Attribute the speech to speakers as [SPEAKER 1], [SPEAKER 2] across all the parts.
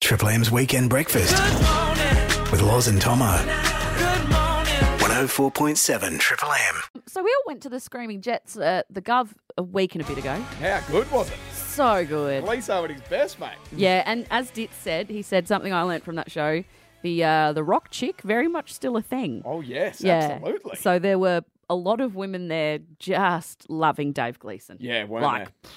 [SPEAKER 1] Triple M's Weekend Breakfast with Loz and Tomo. 104.7 Triple M.
[SPEAKER 2] So we all went to the Screaming Jets at the Gov a week and a bit ago.
[SPEAKER 3] How good was it?
[SPEAKER 2] So good.
[SPEAKER 3] Lisa at his best, mate.
[SPEAKER 2] Yeah, and as Dit said, he said something I learnt from that show. The uh, the rock chick, very much still a thing.
[SPEAKER 3] Oh yes,
[SPEAKER 2] yeah.
[SPEAKER 3] absolutely.
[SPEAKER 2] So there were a lot of women there just loving Dave Gleason.
[SPEAKER 3] yeah, weren't
[SPEAKER 2] Like,
[SPEAKER 3] they?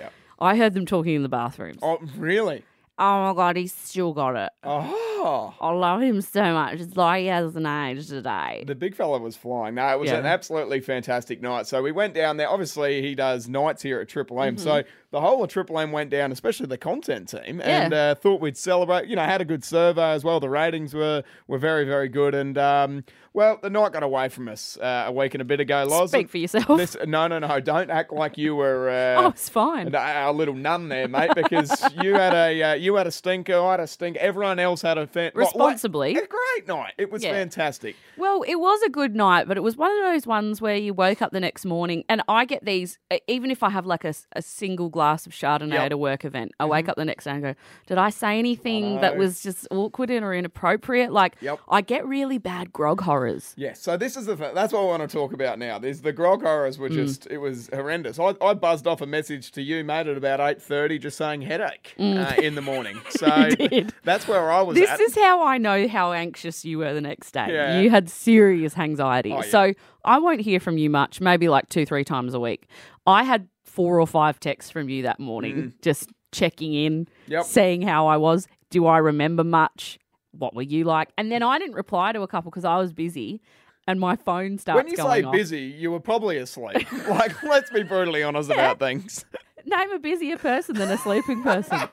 [SPEAKER 3] Yeah.
[SPEAKER 2] I heard them talking in the bathrooms. Oh,
[SPEAKER 3] Oh really?
[SPEAKER 2] my God, he's still got it.
[SPEAKER 3] Oh,
[SPEAKER 2] I love him so much. It's like he hasn't aged today.
[SPEAKER 3] the big fella was flying. No, it was
[SPEAKER 2] Yeah.
[SPEAKER 3] an absolutely fantastic night. So we went down there. Obviously, he does nights here at Triple M. So the whole of Triple M went down, especially the content team, and
[SPEAKER 2] Mm-hmm. Yeah.
[SPEAKER 3] uh, thought we'd celebrate. You know, had a good survey as well. The ratings were were very very good, and um, well, the night got away from us uh, a week and a bit ago. Loz,
[SPEAKER 2] Speak for yourself.
[SPEAKER 3] This, no, no, no! Don't act like you were. Uh,
[SPEAKER 2] oh, it's fine.
[SPEAKER 3] And a, a little numb there, mate, because you had a uh, you had a stinker, I had a stink. Everyone else had a fan- like, what-
[SPEAKER 2] Responsibly.
[SPEAKER 3] a great night. It was
[SPEAKER 2] Yeah.
[SPEAKER 3] fantastic.
[SPEAKER 2] Well, it was a good night, but it was one of those ones where you woke up the next morning, and I get these, e, even if I have like a, a single glass of Chardonnay
[SPEAKER 3] Yep. Mm-hmm.
[SPEAKER 2] at a work event, I wake up the next day and go, Did I say anything that
[SPEAKER 3] know.
[SPEAKER 2] was just awkward and or inappropriate? Like,
[SPEAKER 3] Oh, Yep.
[SPEAKER 2] I get really bad grog horrors.
[SPEAKER 3] Yeah, so this is the th- that's what I want to talk about now. Is the grog horrors
[SPEAKER 2] Hmm.
[SPEAKER 3] were just it was horrendous. I, I buzzed off a message to you, mate, at about eight thirty, just saying headache uh, in the morning. So
[SPEAKER 2] Hmm. did.
[SPEAKER 3] that's where I was.
[SPEAKER 2] This
[SPEAKER 3] at.
[SPEAKER 2] is how I know how anxious you were the next day.
[SPEAKER 3] Yeah.
[SPEAKER 2] You had serious anxiety.
[SPEAKER 3] Oh, yeah.
[SPEAKER 2] So I won't hear from you much, maybe like two, three times a week. I had four or five texts from you that morning, just checking in,
[SPEAKER 3] Mm. Yep.
[SPEAKER 2] saying how I was. Do I remember much? What were you like? And then I didn't reply to a couple because I was busy and my phone starts
[SPEAKER 3] when you
[SPEAKER 2] going
[SPEAKER 3] say
[SPEAKER 2] off.
[SPEAKER 3] busy, you were probably asleep. like, let's be brutally honest about things.
[SPEAKER 2] Name a busier person than a sleeping person.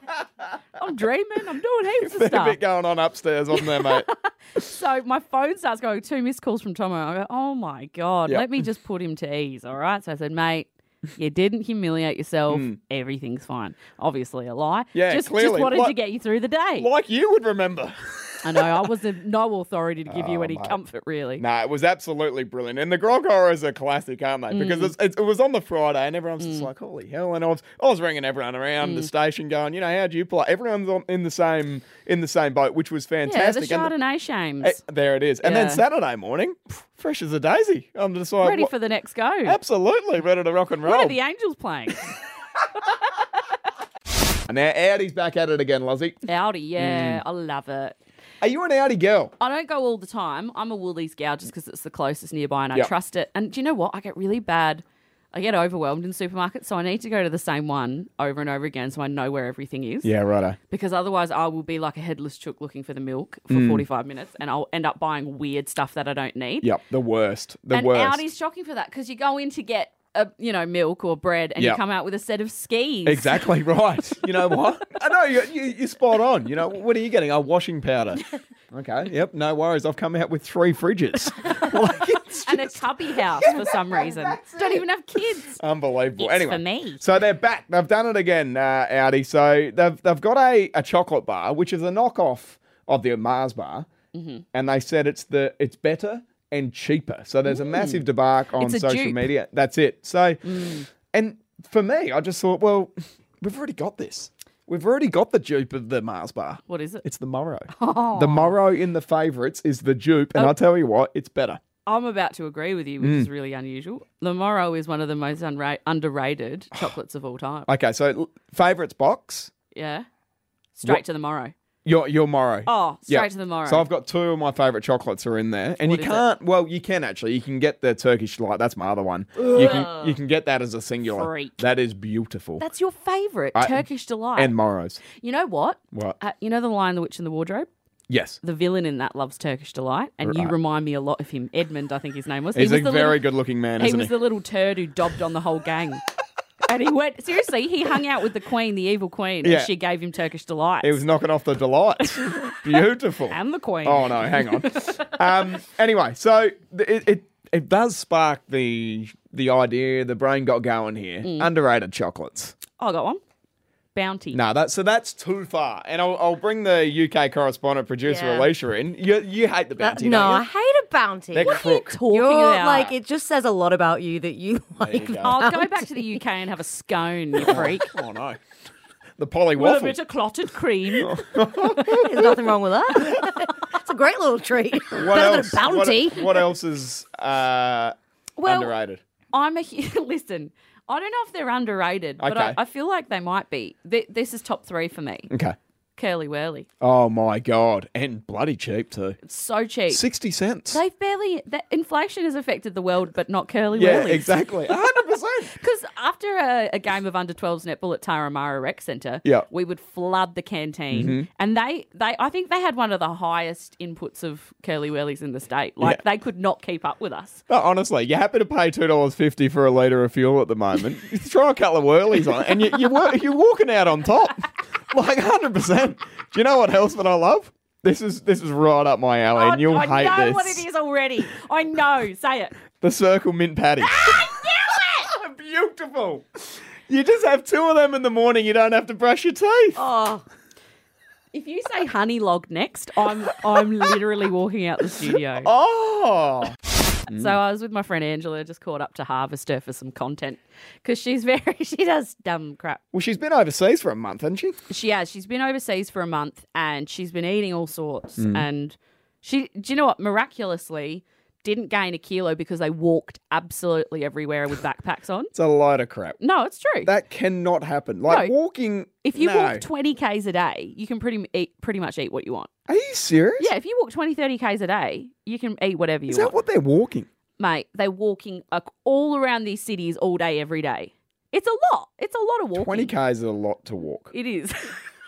[SPEAKER 2] I'm dreaming. I'm doing heaps of
[SPEAKER 3] There's a
[SPEAKER 2] stuff.
[SPEAKER 3] bit going on upstairs, wasn't there, mate?
[SPEAKER 2] So my phone starts going, two missed calls from Tomo. I go, oh my God,
[SPEAKER 3] Yep.
[SPEAKER 2] let me just put him to ease. All right. So I said, mate, you didn't humiliate yourself. Everything's fine. Obviously a lie.
[SPEAKER 3] Hmm. Yeah,
[SPEAKER 2] just,
[SPEAKER 3] clearly.
[SPEAKER 2] just wanted to
[SPEAKER 3] Like-
[SPEAKER 2] get you through the day.
[SPEAKER 3] like you would remember.
[SPEAKER 2] I know I was of no authority to
[SPEAKER 3] Oh,
[SPEAKER 2] give you any comfort, really.
[SPEAKER 3] No, it was absolutely brilliant. And the grog horrors are classic, aren't they? Because
[SPEAKER 2] Mm.
[SPEAKER 3] it's, it's, it was on the Friday and everyone's just like, holy hell. And I was, I was ringing everyone around
[SPEAKER 2] Mm.
[SPEAKER 3] the station going, you know, how do you play? Everyone's on, in the same in the same boat, which was
[SPEAKER 2] Yeah, the
[SPEAKER 3] fantastic. And the-
[SPEAKER 2] Chardonnay shames.
[SPEAKER 3] eh, there it is. And
[SPEAKER 2] Yeah.
[SPEAKER 3] then Saturday morning, pff, fresh as a daisy. I'm just like,
[SPEAKER 2] Ready
[SPEAKER 3] what-
[SPEAKER 2] for the next go.
[SPEAKER 3] absolutely ready to rock and roll.
[SPEAKER 2] When are the Angels playing?
[SPEAKER 3] and now Audie's back at it again, Luzzy.
[SPEAKER 2] Audi, yeah,
[SPEAKER 3] Hmm.
[SPEAKER 2] I love it.
[SPEAKER 3] Are you an Audi girl?
[SPEAKER 2] I don't go all the time. I'm a Woolies gal just because it's the closest nearby and I
[SPEAKER 3] Yep.
[SPEAKER 2] trust it. And do you know what? I get really bad. I get overwhelmed in supermarkets, so I need to go to the same one over and over again so I know where everything is.
[SPEAKER 3] Yeah, righto.
[SPEAKER 2] Because otherwise, I will be like a headless chook looking for the milk for
[SPEAKER 3] Mm.
[SPEAKER 2] 45 minutes and I'll end up buying weird stuff that I don't need.
[SPEAKER 3] Yep, the worst. The
[SPEAKER 2] and
[SPEAKER 3] worst.
[SPEAKER 2] Audi's shocking for that because you go in to get. A, you know, milk or bread, and you
[SPEAKER 3] Yep.
[SPEAKER 2] come out with a set of skis.
[SPEAKER 3] Exactly right. You know what? I know you, you, you're spot on. You know what are you getting? A washing powder. Okay. Yep. No worries. I've come out with three fridges. like it's
[SPEAKER 2] And a cubby house for some reason. Don't even have kids.
[SPEAKER 3] unbelievable.
[SPEAKER 2] It's
[SPEAKER 3] anyway,
[SPEAKER 2] for me.
[SPEAKER 3] so they're back. They've done it again, uh, Audi. So they've they've got a, a chocolate bar, which is a knockoff of the Mars bar,
[SPEAKER 2] Mm-hmm.
[SPEAKER 3] and they said it's the it's better and cheaper. So there's a massive debark on
[SPEAKER 2] It's a
[SPEAKER 3] social
[SPEAKER 2] dupe. Mm.
[SPEAKER 3] media. That's it. So, and for me, I just thought, well, we've already got this. We've already got the dupe of the Mars bar.
[SPEAKER 2] What is it?
[SPEAKER 3] It's the Morrow.
[SPEAKER 2] Oh.
[SPEAKER 3] The Morrow in the favourites is the dupe, and I'll tell you what, it's better.
[SPEAKER 2] I'm about to agree with you, which
[SPEAKER 3] Mm.
[SPEAKER 2] is really unusual. The Morrow is one of the most unra- underrated chocolates of all time.
[SPEAKER 3] Okay, so l- favourites box,
[SPEAKER 2] Yeah. Straight
[SPEAKER 3] What-
[SPEAKER 2] to the Morrow.
[SPEAKER 3] your your Morrow.
[SPEAKER 2] Oh, straight
[SPEAKER 3] Yeah.
[SPEAKER 2] to the Morrow.
[SPEAKER 3] So I've got two of my favourite chocolates are in there, and
[SPEAKER 2] What
[SPEAKER 3] you
[SPEAKER 2] is it?
[SPEAKER 3] can't. Well, you can actually. You can get the Turkish light. That's my other one. You can you can get that as a singular.
[SPEAKER 2] Freak.
[SPEAKER 3] That is beautiful.
[SPEAKER 2] That's your favourite,
[SPEAKER 3] I-
[SPEAKER 2] Turkish Delight.
[SPEAKER 3] and Morrows.
[SPEAKER 2] you know what?
[SPEAKER 3] What?
[SPEAKER 2] Uh, you know The Lion, the Witch, and the Wardrobe?
[SPEAKER 3] yes.
[SPEAKER 2] The villain in that loves Turkish Delight, and you
[SPEAKER 3] Right.
[SPEAKER 2] remind me a lot of him. Edmund, I think his name was.
[SPEAKER 3] He's
[SPEAKER 2] he
[SPEAKER 3] a
[SPEAKER 2] was the
[SPEAKER 3] very
[SPEAKER 2] little,
[SPEAKER 3] good-looking man,
[SPEAKER 2] He
[SPEAKER 3] isn't
[SPEAKER 2] was
[SPEAKER 3] he?
[SPEAKER 2] the little turd who dobbed on the whole gang. And he went, seriously, he hung out with the queen, the evil queen,
[SPEAKER 3] Yeah.
[SPEAKER 2] and she gave him Turkish Delight.
[SPEAKER 3] He was knocking off the delights. beautiful.
[SPEAKER 2] and the queen.
[SPEAKER 3] Oh no, hang on. um, anyway, so th- it, it it does spark the the idea. The brain got going here.
[SPEAKER 2] Mm.
[SPEAKER 3] Underrated chocolates.
[SPEAKER 2] Oh, I got one. Bounty.
[SPEAKER 3] No, that so that's too far. And I'll, I'll bring the UK correspondent producer
[SPEAKER 4] Yeah.
[SPEAKER 3] Alicia in. You you hate the
[SPEAKER 4] That-
[SPEAKER 3] bounty,
[SPEAKER 4] no,
[SPEAKER 3] don't
[SPEAKER 4] I
[SPEAKER 3] you?
[SPEAKER 4] hate a bounty.
[SPEAKER 3] They're
[SPEAKER 4] What?
[SPEAKER 3] crook.
[SPEAKER 2] Talking
[SPEAKER 4] You're
[SPEAKER 2] about
[SPEAKER 4] like it just says a lot about you that you like.
[SPEAKER 3] go.
[SPEAKER 2] I'll go back to the UK and have a scone, you freak.
[SPEAKER 3] oh no. the Polly
[SPEAKER 2] With a
[SPEAKER 3] waffle.
[SPEAKER 2] bit of clotted cream.
[SPEAKER 3] Oh,
[SPEAKER 4] There's nothing wrong with that. it's a great little treat.
[SPEAKER 3] What
[SPEAKER 4] Better
[SPEAKER 3] else?
[SPEAKER 4] than a
[SPEAKER 3] What-
[SPEAKER 4] bounty.
[SPEAKER 3] What, else is uh,
[SPEAKER 2] Well,
[SPEAKER 3] underrated?
[SPEAKER 2] I'm a hu- listen. I don't know if they're underrated, but I,
[SPEAKER 3] Okay.
[SPEAKER 2] I feel like they might be. Th- this is top three for me.
[SPEAKER 3] Okay.
[SPEAKER 2] Curly whirly,
[SPEAKER 3] Oh my god, and bloody cheap too.
[SPEAKER 2] it's so cheap.
[SPEAKER 3] Sixty cents.
[SPEAKER 2] They've barely that inflation has affected the world, but not curly
[SPEAKER 3] yeah,
[SPEAKER 2] whirlies.
[SPEAKER 3] exactly. hundred percent.
[SPEAKER 2] Because after a, a game of under 12s netball at Taramara Rec Centre,
[SPEAKER 3] Yeah. Mm-hmm.
[SPEAKER 2] we would flood the canteen, and they they I think they had one of the highest inputs of curly whirlies in the state. Like
[SPEAKER 3] Yeah.
[SPEAKER 2] they could not keep up with us.
[SPEAKER 3] But honestly, you're happy to pay two dollars fifty for a liter of fuel at the moment. You throw a couple of whirlies on, it and you, you wa- you're walking out on top, like hundred percent. Do you know what else that I love? This is this is right up my alley,
[SPEAKER 2] I,
[SPEAKER 3] and you'll
[SPEAKER 2] I
[SPEAKER 3] hate
[SPEAKER 2] know
[SPEAKER 3] this.
[SPEAKER 2] what it is already. I know. Say it.
[SPEAKER 3] The circle mint patty.
[SPEAKER 2] Ah,
[SPEAKER 3] Beautiful. You just have two of them in the morning. You don't have to brush your teeth.
[SPEAKER 2] Oh. If you say honey log next, I'm I'm literally walking out the studio.
[SPEAKER 3] Oh.
[SPEAKER 2] So I was with my friend Angela, just caught up to Harvester for some content because she's very she does dumb crap.
[SPEAKER 3] Well, she's been overseas for a month, hasn't she?
[SPEAKER 2] She has. She's been overseas for a month and she's been eating all sorts.
[SPEAKER 3] Mm.
[SPEAKER 2] And she, do you know what? Miraculously, didn't gain a kilo because they walked absolutely everywhere with backpacks on.
[SPEAKER 3] It's a load of crap.
[SPEAKER 2] No, it's true.
[SPEAKER 3] That cannot happen. Like
[SPEAKER 2] No.
[SPEAKER 3] walking.
[SPEAKER 2] if you
[SPEAKER 3] no.
[SPEAKER 2] walk 20 Ks a day, you can pretty, m- eat, pretty much eat what you want.
[SPEAKER 3] Are you serious?
[SPEAKER 2] Yeah, if you walk 20, 30 Ks a day, you can eat whatever you
[SPEAKER 3] Is
[SPEAKER 2] want.
[SPEAKER 3] that what they're walking?
[SPEAKER 2] Mate, they're walking uh, all around these cities all day, every day. It's a lot. It's a lot of walking.
[SPEAKER 3] Twenty k's is a lot to walk.
[SPEAKER 2] It is.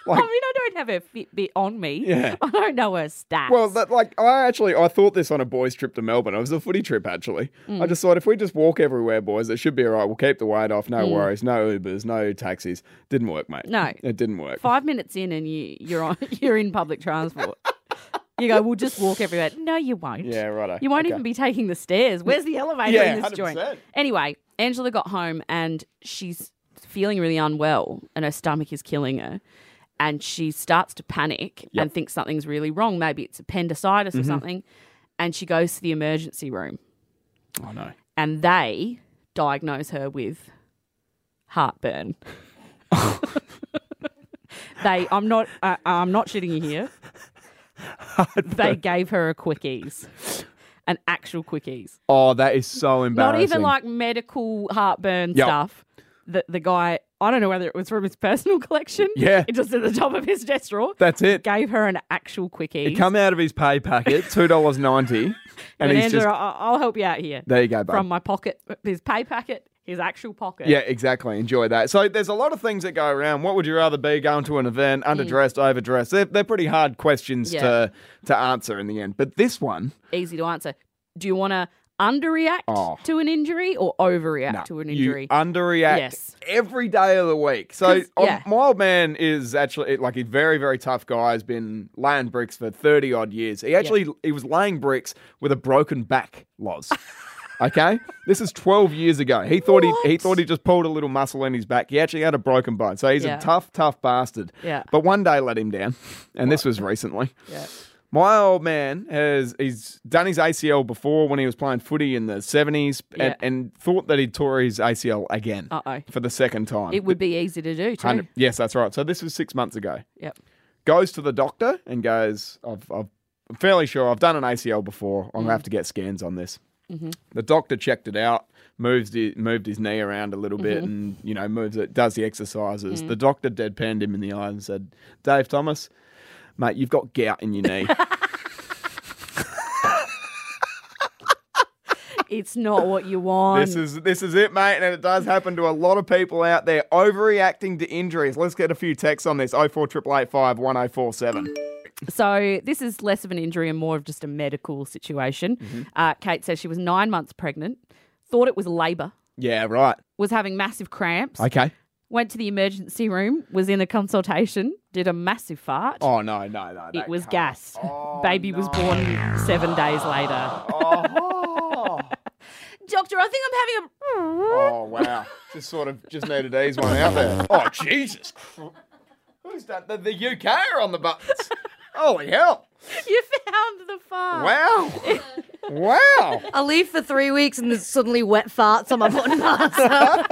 [SPEAKER 2] I
[SPEAKER 3] Like-
[SPEAKER 2] mean, I don't have her Fitbit on me.
[SPEAKER 3] Yeah.
[SPEAKER 2] I don't know her stats.
[SPEAKER 3] Well, that, like I actually I thought this on a boys' trip to Melbourne. It was a footy trip actually. I
[SPEAKER 2] Mm.
[SPEAKER 3] just thought if we just walk everywhere, boys, it should be all right. We'll keep the weight off. No worries. No Ubers. No taxis. Didn't work, mate.
[SPEAKER 2] Mm. No.
[SPEAKER 3] it didn't work.
[SPEAKER 2] five minutes in and you you're on you're in public transport. You go, we'll just walk everywhere. No, you won't.
[SPEAKER 3] Yeah, righto.
[SPEAKER 2] You won't
[SPEAKER 3] Okay.
[SPEAKER 2] even be taking the stairs. Where's the elevator
[SPEAKER 3] Yeah,
[SPEAKER 2] in this joint?
[SPEAKER 3] 100%.
[SPEAKER 2] Anyway, Angela got home and she's feeling really unwell and her stomach is killing her. And she starts to panic and thinks something's really wrong. Maybe it's appendicitis
[SPEAKER 3] Mm-hmm.
[SPEAKER 2] or something. And she goes to the emergency room
[SPEAKER 3] Oh no.
[SPEAKER 2] and they diagnose her with heartburn. they, I'm not, I I'm not shitting you here. They gave her a quickies, an actual quickies,
[SPEAKER 3] Oh, that is so
[SPEAKER 2] not
[SPEAKER 3] embarrassing.
[SPEAKER 2] even like medical heartburn
[SPEAKER 3] Yep.
[SPEAKER 2] stuff. The the guy, I don't know whether it was from his personal collection,
[SPEAKER 3] Yeah.
[SPEAKER 2] it just at the top of his desk drawer.
[SPEAKER 3] that's it.
[SPEAKER 2] gave her an actual quickies.
[SPEAKER 3] Come out of his pay packet, two dollars ninety, and
[SPEAKER 2] and
[SPEAKER 3] he's
[SPEAKER 2] Angela,
[SPEAKER 3] just
[SPEAKER 2] I- I'll help you out here.
[SPEAKER 3] there. You go, bud.
[SPEAKER 2] From my pocket, his pay packet, his actual pocket.
[SPEAKER 3] Yeah, exactly. Enjoy that. So there's a lot of things that go around. What would you rather be going to an event, underdressed, overdressed? They're, they're pretty hard questions
[SPEAKER 2] Yeah.
[SPEAKER 3] to to answer in the end. But this one,
[SPEAKER 2] easy to answer. Do you want to underreact
[SPEAKER 3] Oh.
[SPEAKER 2] to an injury or overreact
[SPEAKER 3] nah,
[SPEAKER 2] to an
[SPEAKER 3] you
[SPEAKER 2] injury?
[SPEAKER 3] underreact
[SPEAKER 2] Yes.
[SPEAKER 3] every day of the week. So
[SPEAKER 2] 'Cause-
[SPEAKER 3] um,
[SPEAKER 2] yeah.
[SPEAKER 3] my old man is actually like a very very tough guy. Has been laying bricks for thirty odd years. He actually he was laying bricks with a broken back, Loz. Okay, this is twelve years ago. He thought he he
[SPEAKER 2] What?
[SPEAKER 3] thought he just pulled a little muscle in his back. He actually had a broken bone, so he's
[SPEAKER 2] Yeah.
[SPEAKER 3] a tough tough bastard.
[SPEAKER 2] Yeah.
[SPEAKER 3] But one day let him down, and this was recently.
[SPEAKER 2] Yeah.
[SPEAKER 3] My old man has he's done his ACL before when he was playing footy in the seventies,
[SPEAKER 2] Yeah.
[SPEAKER 3] and, and thought that he tore his ACL again
[SPEAKER 2] Uh-oh.
[SPEAKER 3] for the second time.
[SPEAKER 2] it would be easy to do too.
[SPEAKER 3] Hundred- Yes, that's right. So this was six months ago.
[SPEAKER 2] Yep.
[SPEAKER 3] Goes to the doctor and goes, I've, I've, I'm fairly sure I've done an ACL before. I'm
[SPEAKER 2] Mm.
[SPEAKER 3] gonna have to get scans on this.
[SPEAKER 2] Mm-hmm.
[SPEAKER 3] The doctor checked it out, moves the, moved his knee around a little bit,
[SPEAKER 2] Mm-hmm.
[SPEAKER 3] and you know moves it, does the exercises.
[SPEAKER 2] Mm.
[SPEAKER 3] The doctor deadpanned him in the eye and said, "Dave Thomas, mate, you've got gout in your knee."
[SPEAKER 2] It's not what you want.
[SPEAKER 3] This is this is it, mate, and it does happen to a lot of people out there overreacting to injuries. Let's get a few texts on this. Oh four triple eight five one oh four seven.
[SPEAKER 2] so this is less of an injury and more of just a medical situation.
[SPEAKER 3] Mm-hmm.
[SPEAKER 2] Uh, Kate says she was nine months pregnant, thought it was labour,
[SPEAKER 3] Yeah, right.
[SPEAKER 2] was having massive cramps,
[SPEAKER 3] Okay.
[SPEAKER 2] went to the emergency room, was in a consultation, did a massive fart.
[SPEAKER 3] Oh no, no, no.
[SPEAKER 2] it
[SPEAKER 3] that
[SPEAKER 2] was
[SPEAKER 3] can't.
[SPEAKER 2] gas.
[SPEAKER 3] Oh,
[SPEAKER 2] Baby was
[SPEAKER 3] no.
[SPEAKER 2] born seven days later.
[SPEAKER 3] Oh,
[SPEAKER 2] Doctor, I think I'm having a.
[SPEAKER 3] oh wow. Just sort of just needed to ease one out there. Oh Jesus Christ. Who's that? The, the UK are on the buttons. Holy hell.
[SPEAKER 2] You found the fart.
[SPEAKER 3] Wow. Wow.
[SPEAKER 4] I leave for three weeks and there's suddenly wet farts on my bottom mask.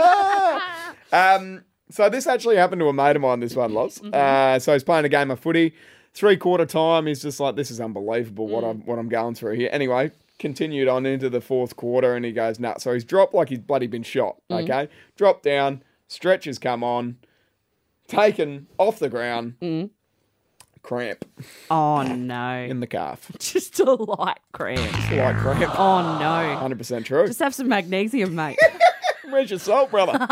[SPEAKER 3] Um, So this actually happened to a mate of mine. This one, loves.
[SPEAKER 2] Mm-hmm.
[SPEAKER 3] Uh, so he's playing a game of footy. Three quarter time, he's just like, "This is unbelievable
[SPEAKER 2] Mm.
[SPEAKER 3] what I'm what I'm going through here." Anyway, continued on into the fourth quarter, and he goes nuts. So he's dropped like he's bloody been shot.
[SPEAKER 2] Mm.
[SPEAKER 3] Okay, dropped down, stretches come on, taken off the ground,
[SPEAKER 2] Mm.
[SPEAKER 3] cramp
[SPEAKER 2] Oh no.
[SPEAKER 3] in the calf,
[SPEAKER 2] Just a light cramp.
[SPEAKER 3] like cramp.
[SPEAKER 2] Oh no.
[SPEAKER 3] Hundred percent true.
[SPEAKER 2] Just have some magnesium, mate.
[SPEAKER 3] Where's your salt, brother?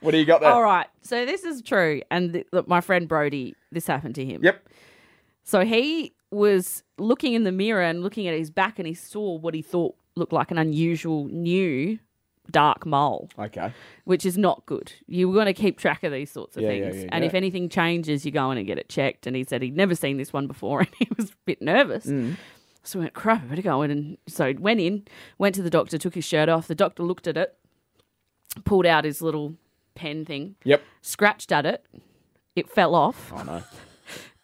[SPEAKER 3] what do you got there?
[SPEAKER 2] All right. So this is true. And th- look, my friend Brody, this happened to him.
[SPEAKER 3] Yep.
[SPEAKER 2] So he was looking in the mirror and looking at his back, and he saw what he thought looked like an unusual new dark mole,
[SPEAKER 3] Okay.
[SPEAKER 2] which is not good. You want to keep track of these sorts of
[SPEAKER 3] Yeah, yeah,
[SPEAKER 2] things.
[SPEAKER 3] yeah,
[SPEAKER 2] and
[SPEAKER 3] yeah.
[SPEAKER 2] if anything changes, you go in and get it checked. And he said he'd never seen this one before, and he was a bit nervous.
[SPEAKER 3] Mm.
[SPEAKER 2] So we went, crap, I better go in. And so he went in, went to the doctor, took his shirt off. The doctor looked at it, pulled out his little pen thing,
[SPEAKER 3] Yep.
[SPEAKER 2] scratched at it. It fell off.
[SPEAKER 3] Oh no.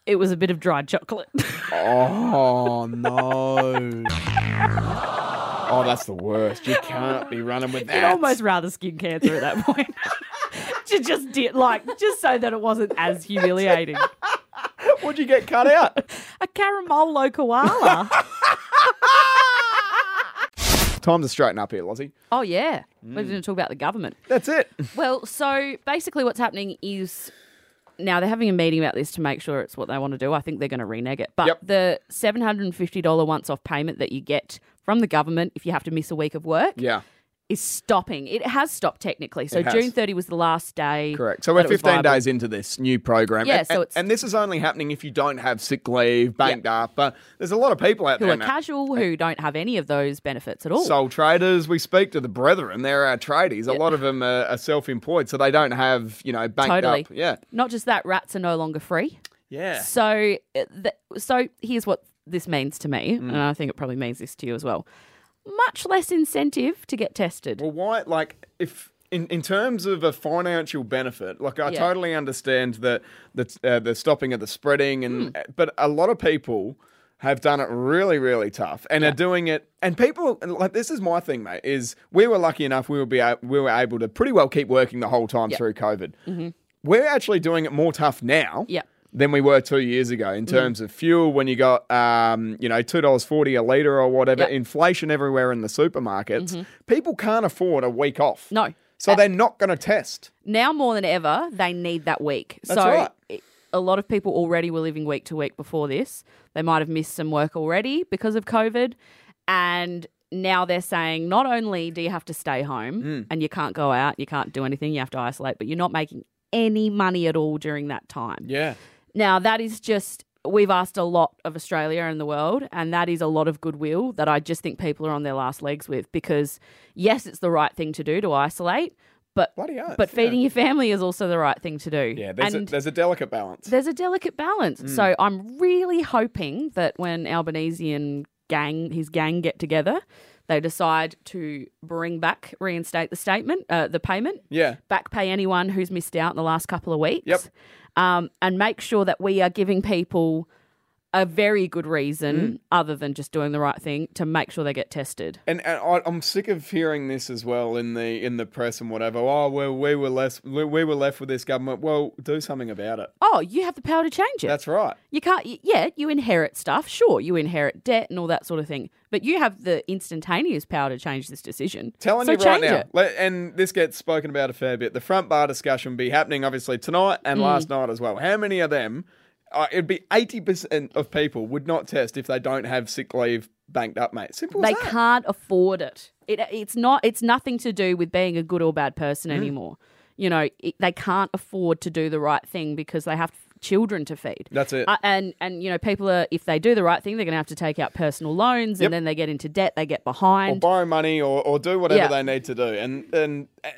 [SPEAKER 2] It was a bit of dried chocolate.
[SPEAKER 3] Oh no. oh, that's the worst. You can't be running with that.
[SPEAKER 2] I'd almost rather skin cancer at that point. to just did like just so that it wasn't as humiliating.
[SPEAKER 3] What'd you get cut out?
[SPEAKER 2] A caramolo koala.
[SPEAKER 3] Time to straighten up here, Lozzie.
[SPEAKER 2] oh yeah. We're going
[SPEAKER 3] Mm.
[SPEAKER 2] to talk about the government.
[SPEAKER 3] That's it.
[SPEAKER 2] Well, so basically what's happening is now they're having a meeting about this to make sure it's what they want to do. I think they're going to renege it. But
[SPEAKER 3] Yep.
[SPEAKER 2] the $750 once off payment that you get from the government if you have to miss a week of work
[SPEAKER 3] Yeah,
[SPEAKER 2] is stopping. It has stopped technically. So
[SPEAKER 3] It has.
[SPEAKER 2] June 30 was the last day.
[SPEAKER 3] correct. So
[SPEAKER 2] that
[SPEAKER 3] we're
[SPEAKER 2] it was
[SPEAKER 3] 15
[SPEAKER 2] viable.
[SPEAKER 3] days into this new program.
[SPEAKER 2] Yeah,
[SPEAKER 3] and,
[SPEAKER 2] so
[SPEAKER 3] and-
[SPEAKER 2] it's-
[SPEAKER 3] and this is only happening if you don't have sick leave, banked up. But there's a lot of people out
[SPEAKER 2] who
[SPEAKER 3] there
[SPEAKER 2] are
[SPEAKER 3] now.
[SPEAKER 2] casual, who don't have any of those benefits at all.
[SPEAKER 3] Sole traders, we speak to the brethren. They're our tradies. A lot of them are, are self-employed, so they don't have, you know, banked
[SPEAKER 2] Totally.
[SPEAKER 3] up. Yeah,
[SPEAKER 2] Not just that, rats are no longer free.
[SPEAKER 3] yeah.
[SPEAKER 2] So, uh, th- so here's what this means to me,
[SPEAKER 3] Mm.
[SPEAKER 2] and I think it probably means this to you as well. Much less incentive to get tested.
[SPEAKER 3] Well, why? Like, if in, in terms of a financial benefit, like I
[SPEAKER 2] Yeah.
[SPEAKER 3] totally understand that the uh, the stopping of the spreading, and uh, but a lot of people have done it really, really tough, and are doing it. And people and, like this is my thing, mate. Is we were lucky enough we will be a- we were able to pretty well keep working the whole time through COVID. We're actually doing it more tough now.
[SPEAKER 2] Yep.
[SPEAKER 3] Than we were two years ago in
[SPEAKER 2] Mm-hmm.
[SPEAKER 3] terms of fuel. When you got, um, you know, two dollars forty a liter or whatever,
[SPEAKER 2] Yep. Mm-hmm.
[SPEAKER 3] inflation everywhere in the supermarkets, people can't afford a week off.
[SPEAKER 2] No.
[SPEAKER 3] So they're not going to test.
[SPEAKER 2] Now more than ever, they need that week.
[SPEAKER 3] That's
[SPEAKER 2] so
[SPEAKER 3] right.
[SPEAKER 2] it- a lot of people already were living week to week before this. They might have missed some work already because of COVID, and now they're saying not only do you have to stay home
[SPEAKER 3] Mm.
[SPEAKER 2] and you can't go out, you can't do anything, you have to isolate, but you're not making any money at all during that time.
[SPEAKER 3] Yeah.
[SPEAKER 2] Now, that is just, we've asked a lot of Australia and the world, and that is a lot of goodwill that I just think people are on their last legs with because, yes, it's the right thing to do to isolate, but,
[SPEAKER 3] Bloody oath,
[SPEAKER 2] but
[SPEAKER 3] yeah.
[SPEAKER 2] feeding your family is also the right thing to do.
[SPEAKER 3] Yeah. There's,
[SPEAKER 2] and
[SPEAKER 3] a, Mm. there's a delicate balance.
[SPEAKER 2] there's a delicate balance. So I'm really hoping that when Albanese and gang, his gang get together, they decide to bring back, reinstate the statement, uh, the payment,
[SPEAKER 3] yeah.
[SPEAKER 2] back pay anyone who's missed out in the last couple of weeks.
[SPEAKER 3] Yep.
[SPEAKER 2] Um, and make sure that we are giving people a very good reason
[SPEAKER 3] Mm.
[SPEAKER 2] other than just doing the right thing to make sure they get tested.
[SPEAKER 3] And, and I, I'm sick of hearing this as well in the in the press and whatever. Oh, well, we were less we, we were left with this government. Well, do something about it.
[SPEAKER 2] Oh, you have the power to change it.
[SPEAKER 3] That's right.
[SPEAKER 2] you can't, y- yeah, you inherit stuff. Sure, you inherit debt and all that sort of thing. But you have the instantaneous power to change this decision.
[SPEAKER 3] Telling
[SPEAKER 2] so
[SPEAKER 3] you right
[SPEAKER 2] change
[SPEAKER 3] now,
[SPEAKER 2] it.
[SPEAKER 3] let- and this gets spoken about a fair bit. The front bar discussion be happening obviously tonight
[SPEAKER 2] Mm.
[SPEAKER 3] and last night as well. How many of them? Uh, it'd be eighty percent of people would not test if they don't have sick leave banked up, mate. Simple
[SPEAKER 2] They
[SPEAKER 3] as that.
[SPEAKER 2] can't afford it. it. It's not. It's nothing to do with being a good or bad person
[SPEAKER 3] Mm.
[SPEAKER 2] anymore. You know, it, they can't afford to do the right thing because they have children to feed.
[SPEAKER 3] That's it.
[SPEAKER 2] Uh, and and you know, people are if they do the right thing, they're going to have to take out personal loans,
[SPEAKER 3] Yep.
[SPEAKER 2] and then they get into debt. They get
[SPEAKER 3] or
[SPEAKER 2] behind.
[SPEAKER 3] borrow money or, or do whatever
[SPEAKER 2] Yeah.
[SPEAKER 3] they need to do. And and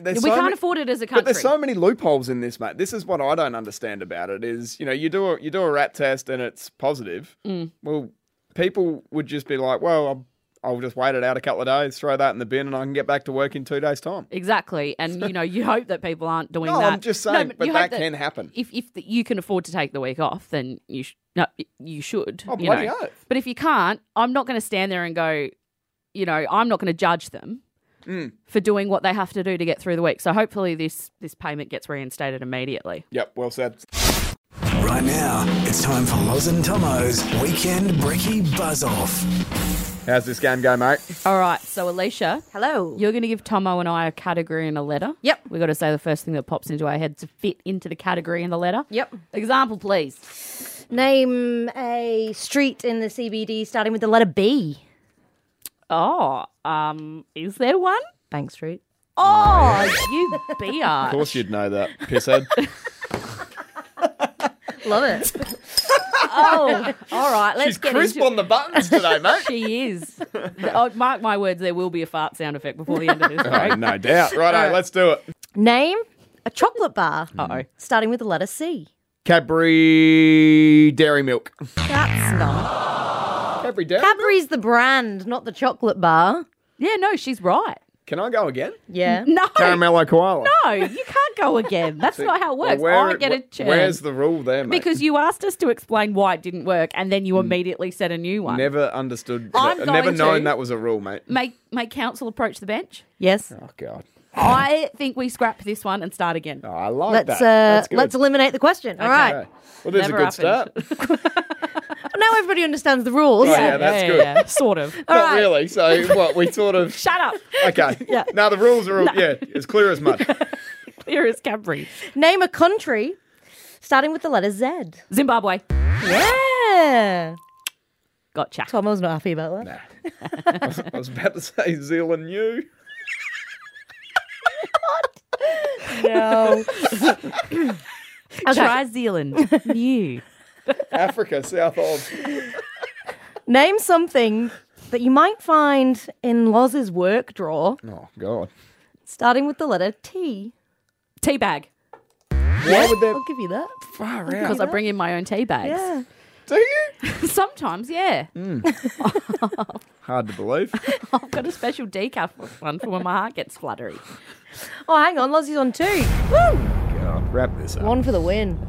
[SPEAKER 3] there's
[SPEAKER 2] we
[SPEAKER 3] so
[SPEAKER 2] can't
[SPEAKER 3] many-
[SPEAKER 2] afford it as a
[SPEAKER 3] But
[SPEAKER 2] country.
[SPEAKER 3] there's so many loopholes in this, mate. This is what I don't understand about it is you know you do a, you do a rat test and it's positive. Well, people would just be like, well, I'll, I'll just wait it out a couple of days, throw that in the bin, and I can get back to work in two days' time.
[SPEAKER 2] Exactly, and you know, you hope that people aren't doing
[SPEAKER 3] No,
[SPEAKER 2] that.
[SPEAKER 3] I'm just saying, but
[SPEAKER 2] you
[SPEAKER 3] that
[SPEAKER 2] hope
[SPEAKER 3] can happen.
[SPEAKER 2] If if the, you can afford to take the week off, then you sh- no, you should.
[SPEAKER 3] Oh,
[SPEAKER 2] you
[SPEAKER 3] bloody
[SPEAKER 2] know.
[SPEAKER 3] oath.
[SPEAKER 2] But if you can't, I'm not going to stand there and go, you know, I'm not going to judge them
[SPEAKER 3] Mm.
[SPEAKER 2] for doing what they have to do to get through the week. So hopefully this this payment gets reinstated immediately.
[SPEAKER 3] Yep, well said.
[SPEAKER 1] Right now, it's time for Loz and Tomo's Weekend Brekkie Buzz Off.
[SPEAKER 3] How's this game go, mate?
[SPEAKER 2] All right, so Alicia,
[SPEAKER 4] Hello.
[SPEAKER 2] you're going to give Tomo and I a category and a letter.
[SPEAKER 4] Yep.
[SPEAKER 2] We've got to say the first thing that pops into our head to fit into the category and the letter.
[SPEAKER 4] Yep.
[SPEAKER 2] Example, please.
[SPEAKER 4] Name a street in the CBD starting with the letter B.
[SPEAKER 2] Oh, um, is there one?
[SPEAKER 4] Bank Street.
[SPEAKER 2] Oh, you beer.
[SPEAKER 3] Of course you'd know that, pisshead.
[SPEAKER 4] Love it.
[SPEAKER 2] Oh, all right. Let's
[SPEAKER 3] She's
[SPEAKER 2] get
[SPEAKER 3] crisp
[SPEAKER 2] into
[SPEAKER 3] on the buttons today, mate.
[SPEAKER 2] She is. Oh, mark my words, there will be a fart sound effect before the end of this.
[SPEAKER 3] Oh, no doubt. Right, let's do it.
[SPEAKER 4] Name a chocolate bar
[SPEAKER 3] Oh.
[SPEAKER 2] Uh-oh.
[SPEAKER 4] starting with the letter C.
[SPEAKER 3] Cadbury Dairy Milk.
[SPEAKER 4] That's not.
[SPEAKER 3] Cadbury Dairy?
[SPEAKER 4] Cadbury's the brand, not the chocolate bar.
[SPEAKER 2] Yeah, no, she's right.
[SPEAKER 3] Can I go again?
[SPEAKER 4] Yeah.
[SPEAKER 2] No.
[SPEAKER 3] Caramello Koala.
[SPEAKER 2] No, you can't go again. That's not how it works. I get a chance.
[SPEAKER 3] Where's the rule there, mate?
[SPEAKER 2] because you asked us to explain why it didn't work and then you immediately said a new one.
[SPEAKER 3] Mm. Never understood.
[SPEAKER 2] I'm
[SPEAKER 3] I've
[SPEAKER 2] going
[SPEAKER 3] never known
[SPEAKER 2] to-
[SPEAKER 3] that was a rule, mate.
[SPEAKER 2] Make make council approach the bench.
[SPEAKER 4] Yes.
[SPEAKER 3] Oh God.
[SPEAKER 2] I think we scrap this one and start again.
[SPEAKER 3] Oh, I like
[SPEAKER 4] Let's
[SPEAKER 3] that.
[SPEAKER 4] uh,
[SPEAKER 3] That's good.
[SPEAKER 4] let's eliminate the question. All right.
[SPEAKER 3] Okay. Well, there's a
[SPEAKER 2] Never
[SPEAKER 3] good start.
[SPEAKER 2] happened.
[SPEAKER 4] Now everybody understands the rules.
[SPEAKER 3] Yeah, that's good.
[SPEAKER 2] Sort of.
[SPEAKER 3] Not
[SPEAKER 4] right.
[SPEAKER 3] really. So what we sort of.
[SPEAKER 2] Shut up.
[SPEAKER 3] Okay. Now the rules are all yeah, as clear as mud.
[SPEAKER 2] Here is Cadbury.
[SPEAKER 4] Name a country starting with the letter Z.
[SPEAKER 2] Zimbabwe.
[SPEAKER 4] Yeah.
[SPEAKER 2] Gotcha.
[SPEAKER 4] Tomo's not happy about that.
[SPEAKER 3] I was, I was about to say Zealand New.
[SPEAKER 4] No. okay.
[SPEAKER 2] Try Zealand. New.
[SPEAKER 3] Africa, South of.
[SPEAKER 4] Name something that you might find in Loz's work drawer
[SPEAKER 3] Oh God.
[SPEAKER 4] starting with the letter T.
[SPEAKER 2] Teabag.
[SPEAKER 3] Why would there
[SPEAKER 4] I'll give you that.
[SPEAKER 3] far out?
[SPEAKER 2] Because I bring in my own tea bags.
[SPEAKER 4] Yeah.
[SPEAKER 3] Do you?
[SPEAKER 2] Sometimes, yeah.
[SPEAKER 3] Hard to believe.
[SPEAKER 2] I've got a special decaf one for when my heart gets fluttery.
[SPEAKER 4] Oh, hang on. Loz is on two. Woo!
[SPEAKER 3] God, wrap this up.
[SPEAKER 4] One for the win.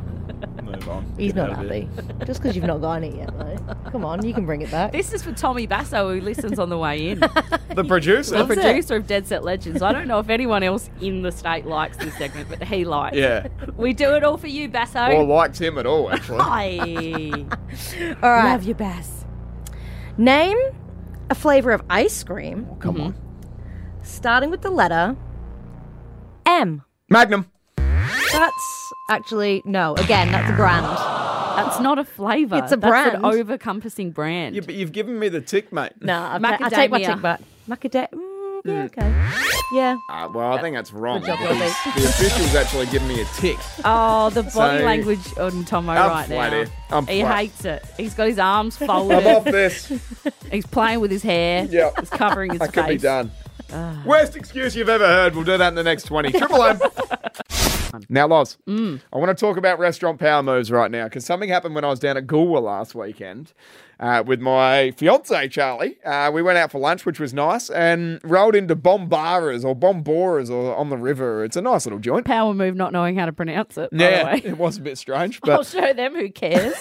[SPEAKER 3] Move on.
[SPEAKER 4] He's
[SPEAKER 3] Get
[SPEAKER 4] not
[SPEAKER 3] out of here.
[SPEAKER 4] happy. Just because you've not gotten it yet, though. Come on, you can bring it back.
[SPEAKER 2] This is for Tommy Basso, who listens on the way in.
[SPEAKER 3] The producer.
[SPEAKER 2] the producer of Dead Set Legends. I don't know if anyone else in the state likes this segment, but he likes.
[SPEAKER 3] Yeah.
[SPEAKER 2] We do it all for you,
[SPEAKER 3] Or
[SPEAKER 2] Basso.
[SPEAKER 3] liked him at all, actually.
[SPEAKER 2] Hi.
[SPEAKER 4] All right.
[SPEAKER 2] Love you, Bass.
[SPEAKER 4] Name a flavour of ice cream
[SPEAKER 3] Oh,
[SPEAKER 4] Mm-hmm.
[SPEAKER 3] Come on.
[SPEAKER 4] starting with the letter M.
[SPEAKER 3] Magnum.
[SPEAKER 4] That's actually, no, again, that's a brand.
[SPEAKER 2] That's not a flavour.
[SPEAKER 4] It's a
[SPEAKER 2] That's
[SPEAKER 4] brand.
[SPEAKER 2] an over-compassing brand.
[SPEAKER 3] Yeah, but you've given me the tick, mate.
[SPEAKER 4] Nah, I, I take my
[SPEAKER 2] Macadamia.
[SPEAKER 4] tick back. Macadamia. Mm, yeah, okay. Yeah.
[SPEAKER 3] Uh, well, I think that's wrong.
[SPEAKER 4] job,
[SPEAKER 3] because
[SPEAKER 4] Robbie.
[SPEAKER 3] the official's actually given me a tick.
[SPEAKER 2] Oh, the body
[SPEAKER 3] So-
[SPEAKER 2] language on Tomo
[SPEAKER 3] I'm
[SPEAKER 2] right
[SPEAKER 3] flatty.
[SPEAKER 2] now.
[SPEAKER 3] I'm
[SPEAKER 2] he
[SPEAKER 3] flat.
[SPEAKER 2] hates it. He's got his arms
[SPEAKER 3] I'm off
[SPEAKER 2] folded.
[SPEAKER 3] this.
[SPEAKER 2] He's playing with his hair.
[SPEAKER 3] Yep.
[SPEAKER 2] He's covering his
[SPEAKER 3] I
[SPEAKER 2] face.
[SPEAKER 3] could be done.
[SPEAKER 4] Ah.
[SPEAKER 3] Worst excuse you've ever heard. We'll do that in the next 20. Triple M. Now, Loz,
[SPEAKER 4] Mm.
[SPEAKER 3] I want to talk about restaurant power moves right now because something happened when I was down at Goolwa last weekend uh, with my fiance, Charlie. Uh, we went out for lunch, which was nice, and rolled into Bombaras or Bomboras or on the river. It's a nice little joint.
[SPEAKER 2] Power move not knowing how to pronounce it, by
[SPEAKER 3] Yeah,
[SPEAKER 2] the way.
[SPEAKER 3] it was a bit strange,
[SPEAKER 2] I'll
[SPEAKER 3] but
[SPEAKER 2] show them who cares.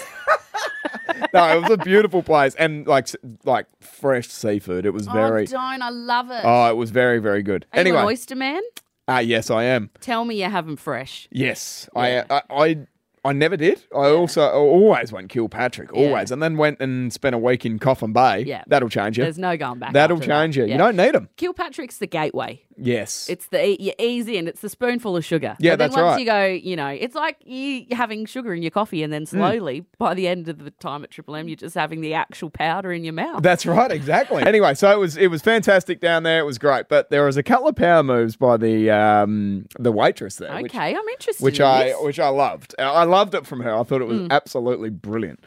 [SPEAKER 3] no, it was a beautiful place and like s- like fresh seafood. It was very,
[SPEAKER 2] Oh, don't. I love it.
[SPEAKER 3] oh, it was very, very good.
[SPEAKER 2] Are you an
[SPEAKER 3] anyway,
[SPEAKER 2] oyster man?
[SPEAKER 3] ah, yes, I am.
[SPEAKER 2] Tell me you have them fresh.
[SPEAKER 3] Yes, I, I, I, I never did. I also I always went Kilpatrick, always, and then went and spent a week in Coffin Bay.
[SPEAKER 2] Yeah.
[SPEAKER 3] that'll change you.
[SPEAKER 2] There's no going back.
[SPEAKER 3] that'll
[SPEAKER 2] after
[SPEAKER 3] change
[SPEAKER 2] that.
[SPEAKER 3] you.
[SPEAKER 2] Yeah.
[SPEAKER 3] You don't need them.
[SPEAKER 2] Kilpatrick's the gateway.
[SPEAKER 3] Yes,
[SPEAKER 2] It's the e- you ease in. It's the spoonful of sugar.
[SPEAKER 3] Yeah,
[SPEAKER 2] but then
[SPEAKER 3] that's
[SPEAKER 2] once
[SPEAKER 3] right.
[SPEAKER 2] you go, you know, it's like you having sugar in your coffee,
[SPEAKER 3] Mm.
[SPEAKER 2] and then slowly, by the end of the time at Triple M, you're just having the actual powder in your mouth.
[SPEAKER 3] That's right, exactly. anyway, so it was it was fantastic down there. It was great, but there was a couple of power moves by the um, the waitress there. which-
[SPEAKER 2] okay, I'm interested.
[SPEAKER 3] which
[SPEAKER 2] in
[SPEAKER 3] I
[SPEAKER 2] this.
[SPEAKER 3] which I loved. Uh, I loved it from her. I thought it was
[SPEAKER 2] Mm.
[SPEAKER 3] absolutely brilliant.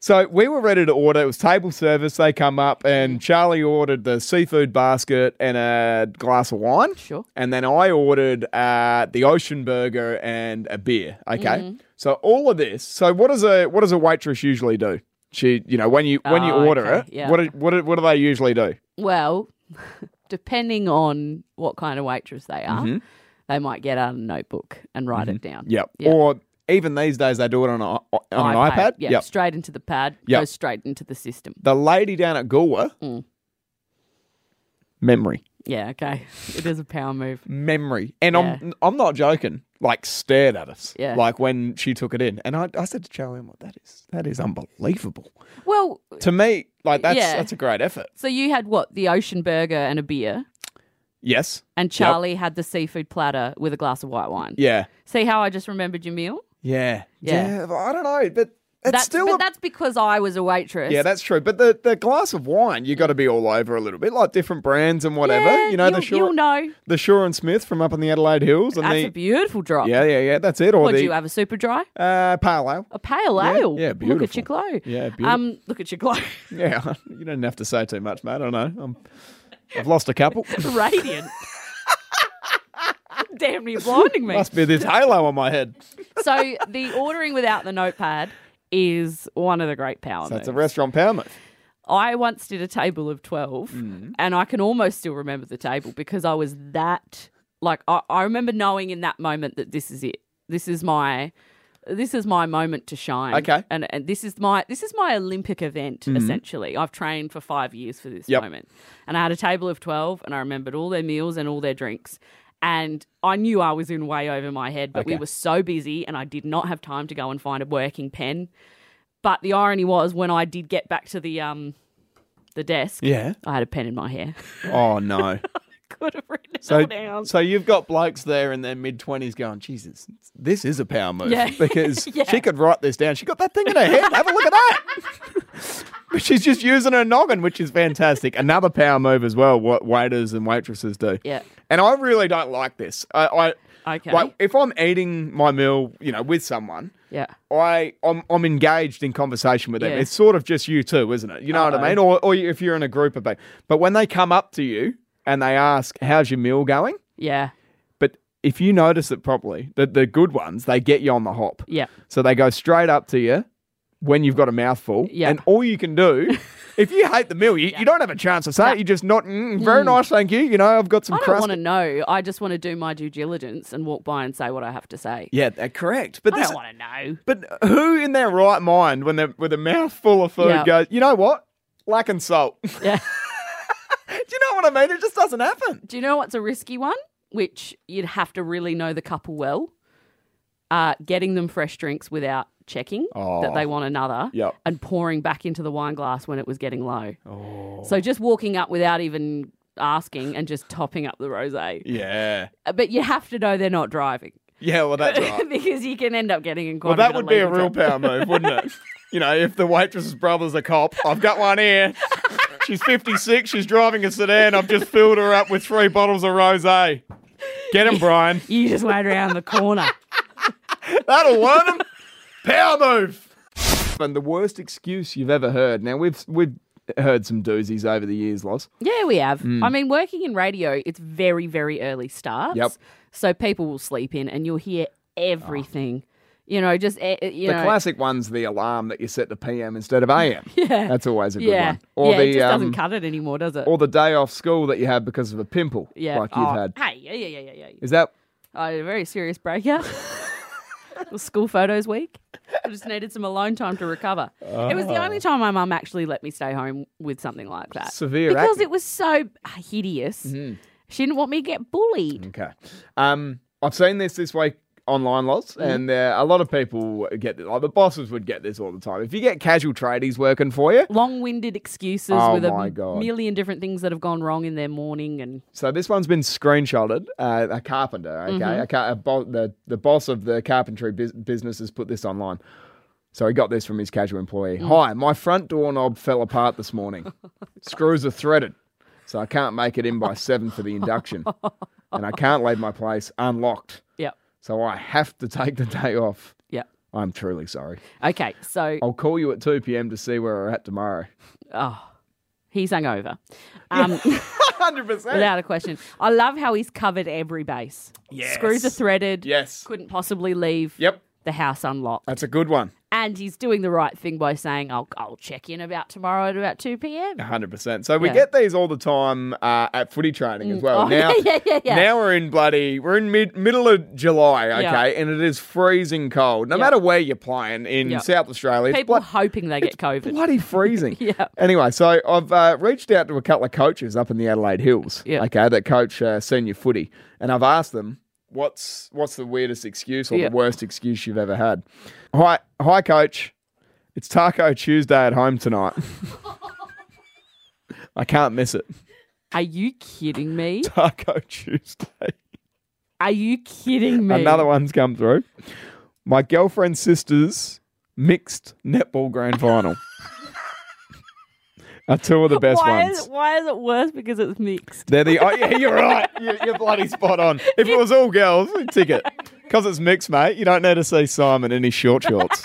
[SPEAKER 3] So we were ready to order. It was table service. They come up and
[SPEAKER 2] Mm.
[SPEAKER 3] Charlie ordered the seafood basket and a glass of wine.
[SPEAKER 2] Sure.
[SPEAKER 3] And then I ordered uh, the ocean burger and a beer. Okay.
[SPEAKER 2] Mm-hmm.
[SPEAKER 3] So all of this. So what does a what does a waitress usually do? She, you know, when you when you
[SPEAKER 2] Oh,
[SPEAKER 3] order
[SPEAKER 2] okay,
[SPEAKER 3] it,
[SPEAKER 2] yeah.
[SPEAKER 3] what do, what do, what do they usually do?
[SPEAKER 2] well, depending on what kind of waitress they are,
[SPEAKER 3] Mm-hmm.
[SPEAKER 2] they might get out a notebook and write it down.
[SPEAKER 3] Yep.
[SPEAKER 2] Yeah.
[SPEAKER 3] Or even these days they do it on a, on an iPad.
[SPEAKER 2] Yeah,
[SPEAKER 3] Yep.
[SPEAKER 2] straight into the pad.
[SPEAKER 3] Yep.
[SPEAKER 2] Goes straight into the system.
[SPEAKER 3] the lady down at Goolwa, memory.
[SPEAKER 2] Yeah, okay. It is a power move.
[SPEAKER 3] memory. And
[SPEAKER 2] Yeah.
[SPEAKER 3] I'm I'm not joking. Like stared at us.
[SPEAKER 2] Yeah.
[SPEAKER 3] Like when she took it in. And I, I said to Charlie, I'm like, that is that is unbelievable.
[SPEAKER 2] Well,
[SPEAKER 3] To me, like that's
[SPEAKER 2] Yeah.
[SPEAKER 3] that's a great effort.
[SPEAKER 2] so you had what? The ocean burger and a beer,
[SPEAKER 3] Yes.
[SPEAKER 2] and Charlie had the seafood platter with a glass of white wine.
[SPEAKER 3] Yeah.
[SPEAKER 2] See how I just remembered your meal?
[SPEAKER 3] Yeah.
[SPEAKER 2] Yeah.
[SPEAKER 3] but I don't know, but it's
[SPEAKER 2] that's,
[SPEAKER 3] still
[SPEAKER 2] but
[SPEAKER 3] a,
[SPEAKER 2] that's because I was a waitress.
[SPEAKER 3] Yeah, that's true. But the, the glass of wine, you got to be all over a little bit, like different brands and whatever.
[SPEAKER 2] Yeah,
[SPEAKER 3] you know the
[SPEAKER 2] you'll-
[SPEAKER 3] Shore,
[SPEAKER 2] you'll know.
[SPEAKER 3] the Shore and Smith from up in the Adelaide Hills, and
[SPEAKER 2] That's
[SPEAKER 3] the
[SPEAKER 2] a beautiful drop.
[SPEAKER 3] yeah, yeah, yeah. That's it. Or
[SPEAKER 2] What
[SPEAKER 3] the
[SPEAKER 2] do you have? A super dry?
[SPEAKER 3] uh, pale ale.
[SPEAKER 2] A pale
[SPEAKER 3] Yeah,
[SPEAKER 2] ale.
[SPEAKER 3] yeah,
[SPEAKER 2] Look at
[SPEAKER 3] beautiful.
[SPEAKER 2] your glow.
[SPEAKER 3] Yeah, beautiful.
[SPEAKER 2] Um, look at your glow.
[SPEAKER 3] Yeah, you don't have to say too much, mate. I don't know. I'm, I've lost a couple.
[SPEAKER 2] Radiant. Damn, you're blinding me.
[SPEAKER 3] Must be this halo on my head.
[SPEAKER 2] So the ordering without the notepad is one of the great power
[SPEAKER 3] That's a
[SPEAKER 2] moves.
[SPEAKER 3] restaurant power move.
[SPEAKER 2] I once did a table of 12
[SPEAKER 3] Mm.
[SPEAKER 2] and I can almost still remember the table because I was that like I, I remember knowing in that moment that this is it. This is my this is my moment to shine.
[SPEAKER 3] Okay. Mm-hmm.
[SPEAKER 2] And and this is my this is my Olympic event essentially. I've trained for 5 years for this
[SPEAKER 3] Yep.
[SPEAKER 2] moment. And I had a table of 12 and I remembered all their meals and all their drinks. And I knew I was in way over my head, but we
[SPEAKER 3] Okay.
[SPEAKER 2] were so busy and I did not have time to go and find a working pen. But the irony was when I did get back to the um the desk,
[SPEAKER 3] Yeah.
[SPEAKER 2] I had a pen in my hair.
[SPEAKER 3] Oh no.
[SPEAKER 2] Could have written it all
[SPEAKER 3] So,
[SPEAKER 2] down.
[SPEAKER 3] so you've got blokes there in their mid twenties going, Jesus, this is a power move
[SPEAKER 2] Yeah.
[SPEAKER 3] because
[SPEAKER 2] Yeah.
[SPEAKER 3] she could write this down. She got that thing in her head. Have a look at that. but she's just using her noggin, which is fantastic. Another power move as well. What waiters and waitresses do.
[SPEAKER 2] Yeah.
[SPEAKER 3] And I really don't like this. I, I
[SPEAKER 2] Okay.
[SPEAKER 3] like if I'm eating my meal, you know, with someone.
[SPEAKER 2] yeah.
[SPEAKER 3] I I'm, I'm engaged in conversation with them.
[SPEAKER 2] Yeah. Uh-huh.
[SPEAKER 3] It's sort of just you two, isn't it? You know what
[SPEAKER 2] Uh-oh.
[SPEAKER 3] I mean? Or, or if you're in a group of people. But when they come up to you and they ask, "How's your meal going?"
[SPEAKER 2] Yeah.
[SPEAKER 3] But if you notice it properly, the the good ones they get you on the hop.
[SPEAKER 2] Yeah.
[SPEAKER 3] So they go straight up to you when you've got a mouthful,
[SPEAKER 2] Yeah.
[SPEAKER 3] and all you can do. If you hate the meal, you, you don't have a chance to say it. You just not mm, very nice, thank you. You know, I've got some
[SPEAKER 2] I don't
[SPEAKER 3] crust.
[SPEAKER 2] want to know. I just want to do my due diligence and walk by and say what I have to say.
[SPEAKER 3] Yeah, they're correct. But
[SPEAKER 2] I
[SPEAKER 3] this,
[SPEAKER 2] don't want to know.
[SPEAKER 3] But who in their right mind, when they're with a mouthful of food,
[SPEAKER 2] Yeah.
[SPEAKER 3] goes, you know what? Lack and salt. Do
[SPEAKER 2] Yeah.
[SPEAKER 3] you know what I mean? It just doesn't happen.
[SPEAKER 2] Do you know what's a risky one? Which you'd have to really know the couple well. Uh, getting them fresh drinks without checking that
[SPEAKER 3] Oh.
[SPEAKER 2] they want another
[SPEAKER 3] Yep.
[SPEAKER 2] and pouring back into the wine glass when it was getting low.
[SPEAKER 3] Oh.
[SPEAKER 2] So just walking up without even asking and just topping up the rosé.
[SPEAKER 3] Yeah.
[SPEAKER 2] Uh, But you have to know they're not driving.
[SPEAKER 3] Yeah, well, that's right.
[SPEAKER 2] because you can end up getting in
[SPEAKER 3] well,
[SPEAKER 2] quite
[SPEAKER 3] that
[SPEAKER 2] bit of
[SPEAKER 3] would be a
[SPEAKER 2] legal
[SPEAKER 3] real
[SPEAKER 2] trouble.
[SPEAKER 3] power move, wouldn't it? You know, if the waitress's brother's a cop, I've got one here. She's 56, she's driving a sedan. I've just filled her up with three bottles of rose. Get him, Brian.
[SPEAKER 2] You just wait around the corner.
[SPEAKER 3] That'll learn 'em. Power move. And the worst excuse you've ever heard. Now, we've, we've heard some doozies over the years, Loz.
[SPEAKER 2] Yeah, we have.
[SPEAKER 3] Mm.
[SPEAKER 2] I mean, working in radio, it's very, very early starts.
[SPEAKER 3] Yep.
[SPEAKER 2] So people will sleep in and you'll hear everything. You know, just, eh, eh, you
[SPEAKER 3] Ah. The
[SPEAKER 2] know.
[SPEAKER 3] classic one's the alarm that you set to PM instead of AM. Yeah. That's always a good
[SPEAKER 2] yeah.
[SPEAKER 3] one. Or
[SPEAKER 2] yeah,
[SPEAKER 3] the
[SPEAKER 2] it just doesn't
[SPEAKER 3] um,
[SPEAKER 2] cut it anymore, does it?
[SPEAKER 3] or the day off school that you have because of a pimple
[SPEAKER 2] yeah.
[SPEAKER 3] like you've
[SPEAKER 2] Oh,
[SPEAKER 3] had.
[SPEAKER 2] Hey, yeah, yeah, yeah, yeah, yeah.
[SPEAKER 3] Is that
[SPEAKER 2] I had a very serious breakout. It was school photos week. I just needed some alone time to recover. It was the only
[SPEAKER 3] Ah.
[SPEAKER 2] time my mum actually let me stay home with something like that.
[SPEAKER 3] Severe
[SPEAKER 2] Because
[SPEAKER 3] acne. Mm-hmm.
[SPEAKER 2] it was so uh, hideous. She didn't want me to get bullied.
[SPEAKER 3] okay? Um, I've seen this this week online, lots,
[SPEAKER 2] Mm-hmm.
[SPEAKER 3] and there, a lot of people get this. Like the bosses would get this all the time. If you get casual tradies working for you,
[SPEAKER 2] long-winded excuses
[SPEAKER 3] Oh
[SPEAKER 2] with a
[SPEAKER 3] my
[SPEAKER 2] m-
[SPEAKER 3] God.
[SPEAKER 2] million different things that have gone wrong in their morning and
[SPEAKER 3] So this one's been screenshotted. Uh, a carpenter, okay, a car- a bo- the the boss of the carpentry bus- business has put this online. So he got this from his casual employee. Hi, my front doorknob fell apart this morning. Screws are threaded, so I can't make it in by seven for the induction, and I can't leave my place unlocked.
[SPEAKER 2] yep
[SPEAKER 3] So I have to take the day off.
[SPEAKER 2] yep
[SPEAKER 3] I'm truly sorry.
[SPEAKER 2] okay so
[SPEAKER 3] I'll call you at two p.m. to see where we're at tomorrow.
[SPEAKER 2] oh he's hungover um
[SPEAKER 3] Hundred percent.
[SPEAKER 2] without a question i love how he's covered every base
[SPEAKER 3] Yes.
[SPEAKER 2] screws are threaded
[SPEAKER 3] Yes.
[SPEAKER 2] couldn't possibly leave
[SPEAKER 3] Yep.
[SPEAKER 2] the house unlocked
[SPEAKER 3] That's a good one.
[SPEAKER 2] and he's doing the right thing by saying, "I'll I'll check in about tomorrow at about two p.m."
[SPEAKER 3] Hundred percent. So we
[SPEAKER 2] Yeah.
[SPEAKER 3] get these all the time uh, at footy training as well.
[SPEAKER 2] Oh,
[SPEAKER 3] now,
[SPEAKER 2] yeah, yeah, yeah.
[SPEAKER 3] now we're in bloody we're in mid middle of July, okay,
[SPEAKER 2] Yeah.
[SPEAKER 3] and it is freezing cold. No
[SPEAKER 2] Yeah.
[SPEAKER 3] matter where you're playing in
[SPEAKER 2] Yeah.
[SPEAKER 3] South Australia, it's
[SPEAKER 2] People
[SPEAKER 3] blo-
[SPEAKER 2] hoping they get COVID.
[SPEAKER 3] bloody freezing.
[SPEAKER 2] Yeah.
[SPEAKER 3] Anyway, so I've uh, reached out to a couple of coaches up in the Adelaide Hills.
[SPEAKER 2] Yeah.
[SPEAKER 3] Okay, that coach uh, senior footy, and I've asked them what's what's the weirdest excuse or
[SPEAKER 2] Yeah.
[SPEAKER 3] the worst excuse you've ever had. Hi, hi, coach. It's Taco Tuesday at home tonight. I can't miss it.
[SPEAKER 2] Are you kidding me?
[SPEAKER 3] Taco Tuesday.
[SPEAKER 2] Are you kidding me?
[SPEAKER 3] Another one's come through. My girlfriend's sister's mixed netball grand final. Are two of the best
[SPEAKER 2] why
[SPEAKER 3] ones.
[SPEAKER 2] Is, why is it worse because it's mixed?
[SPEAKER 3] They're the. Oh, yeah, you're right. You're, you're bloody spot on. If it was all girls, we'd ticket. Because it's mixed, mate. You don't need to see Simon in his short shorts.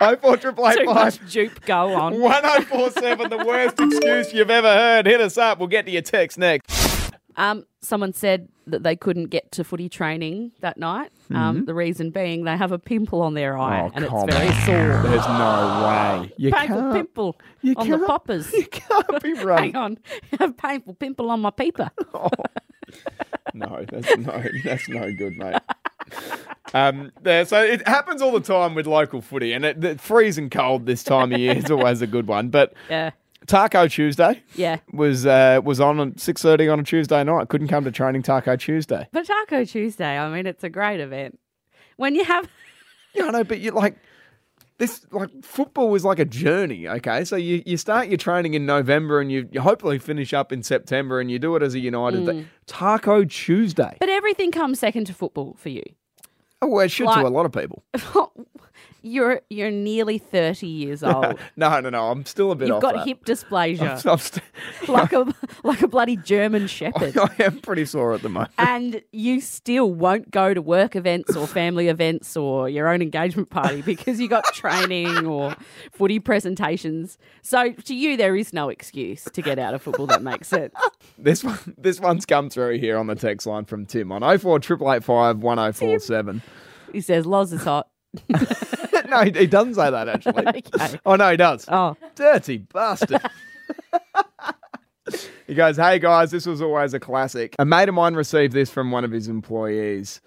[SPEAKER 3] Oh four triple
[SPEAKER 2] Too
[SPEAKER 3] eight
[SPEAKER 2] much
[SPEAKER 3] five.
[SPEAKER 2] dupe go on.
[SPEAKER 3] 1047, the worst excuse you've ever heard. Hit us up. We'll get to your text next.
[SPEAKER 2] Um, someone said that they couldn't get to footy training that night. Um, The reason being they have a pimple on their eye
[SPEAKER 3] Mm-hmm. Oh,
[SPEAKER 2] and it's
[SPEAKER 3] come
[SPEAKER 2] very
[SPEAKER 3] on.
[SPEAKER 2] sore.
[SPEAKER 3] There's no way. You
[SPEAKER 2] Painful
[SPEAKER 3] can't,
[SPEAKER 2] pimple
[SPEAKER 3] you
[SPEAKER 2] on the
[SPEAKER 3] can't-
[SPEAKER 2] poppers.
[SPEAKER 3] you can't be right.
[SPEAKER 2] Hang on, a painful pimple on my peeper.
[SPEAKER 3] No, that's no, that's no good, mate. Um, there, so it happens all the time with local footy, and it, the freezing cold this time of year is always a good one. But
[SPEAKER 2] Yeah,
[SPEAKER 3] Taco Tuesday
[SPEAKER 2] yeah.
[SPEAKER 3] was uh, was on at six thirty on a Tuesday night. Couldn't come to training Taco Tuesday.
[SPEAKER 2] But Taco Tuesday, I mean, it's a great event. When you have
[SPEAKER 3] Yeah, I know, but you like this like football is like a journey. Okay, so you, you start your training in November and you, you hopefully finish up in September, and you do it as a United
[SPEAKER 2] Mm.
[SPEAKER 3] thing. Taco Tuesday.
[SPEAKER 2] But everything comes second to football for you.
[SPEAKER 3] Oh, well, it should
[SPEAKER 2] Like-
[SPEAKER 3] to a lot of people.
[SPEAKER 2] you're you're nearly thirty years old.
[SPEAKER 3] No, no, no. I'm still a bit
[SPEAKER 2] You've
[SPEAKER 3] off.
[SPEAKER 2] got
[SPEAKER 3] that.
[SPEAKER 2] hip dysplasia,
[SPEAKER 3] I'm st-
[SPEAKER 2] like a like a bloody German shepherd,
[SPEAKER 3] I am pretty sore at the moment.
[SPEAKER 2] and you still won't go to work events or family events or your own engagement party because you got training or footy presentations. So to you, there is no excuse to get out of football. That makes sense.
[SPEAKER 3] This one, this one's come through here on the text line from Tim on 04 885 1047.
[SPEAKER 2] He says, "Loz is hot."
[SPEAKER 3] No, he, he doesn't say that actually.
[SPEAKER 2] Okay.
[SPEAKER 3] Oh no, he does.
[SPEAKER 2] Oh,
[SPEAKER 3] Dirty bastard. he goes, Hey guys, this was always a classic. A mate of mine received this from one of his employees.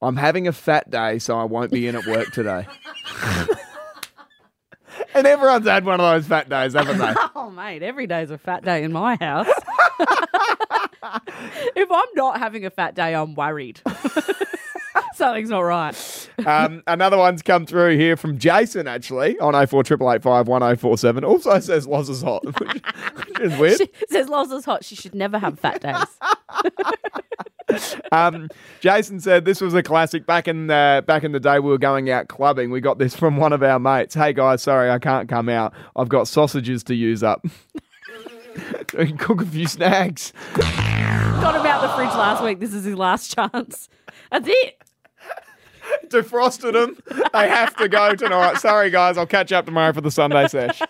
[SPEAKER 3] I'm having a fat day, so I won't be in at work today. and everyone's had one of those fat days, haven't they?
[SPEAKER 2] Oh, mate, every day's a fat day in my house. if I'm not having a fat day, I'm worried. Something's not right.
[SPEAKER 3] Um, another one's come through here from Jason, actually, on 0488851047. Also says Loz is hot, which, which is weird.
[SPEAKER 2] She says Loza's hot. She should never have fat days.
[SPEAKER 3] Um, Jason said this was a classic. Back in the, back in the day, we were going out clubbing. We got this from one of our mates. Hey, guys, sorry, I can't come out. I've got sausages to use up. We can Cook a few snacks.
[SPEAKER 2] Got him out the fridge last week. This is his last chance. That's it.
[SPEAKER 3] Defrosted them. They have to go tonight. Sorry, guys. I'll catch up tomorrow for the Sunday sesh.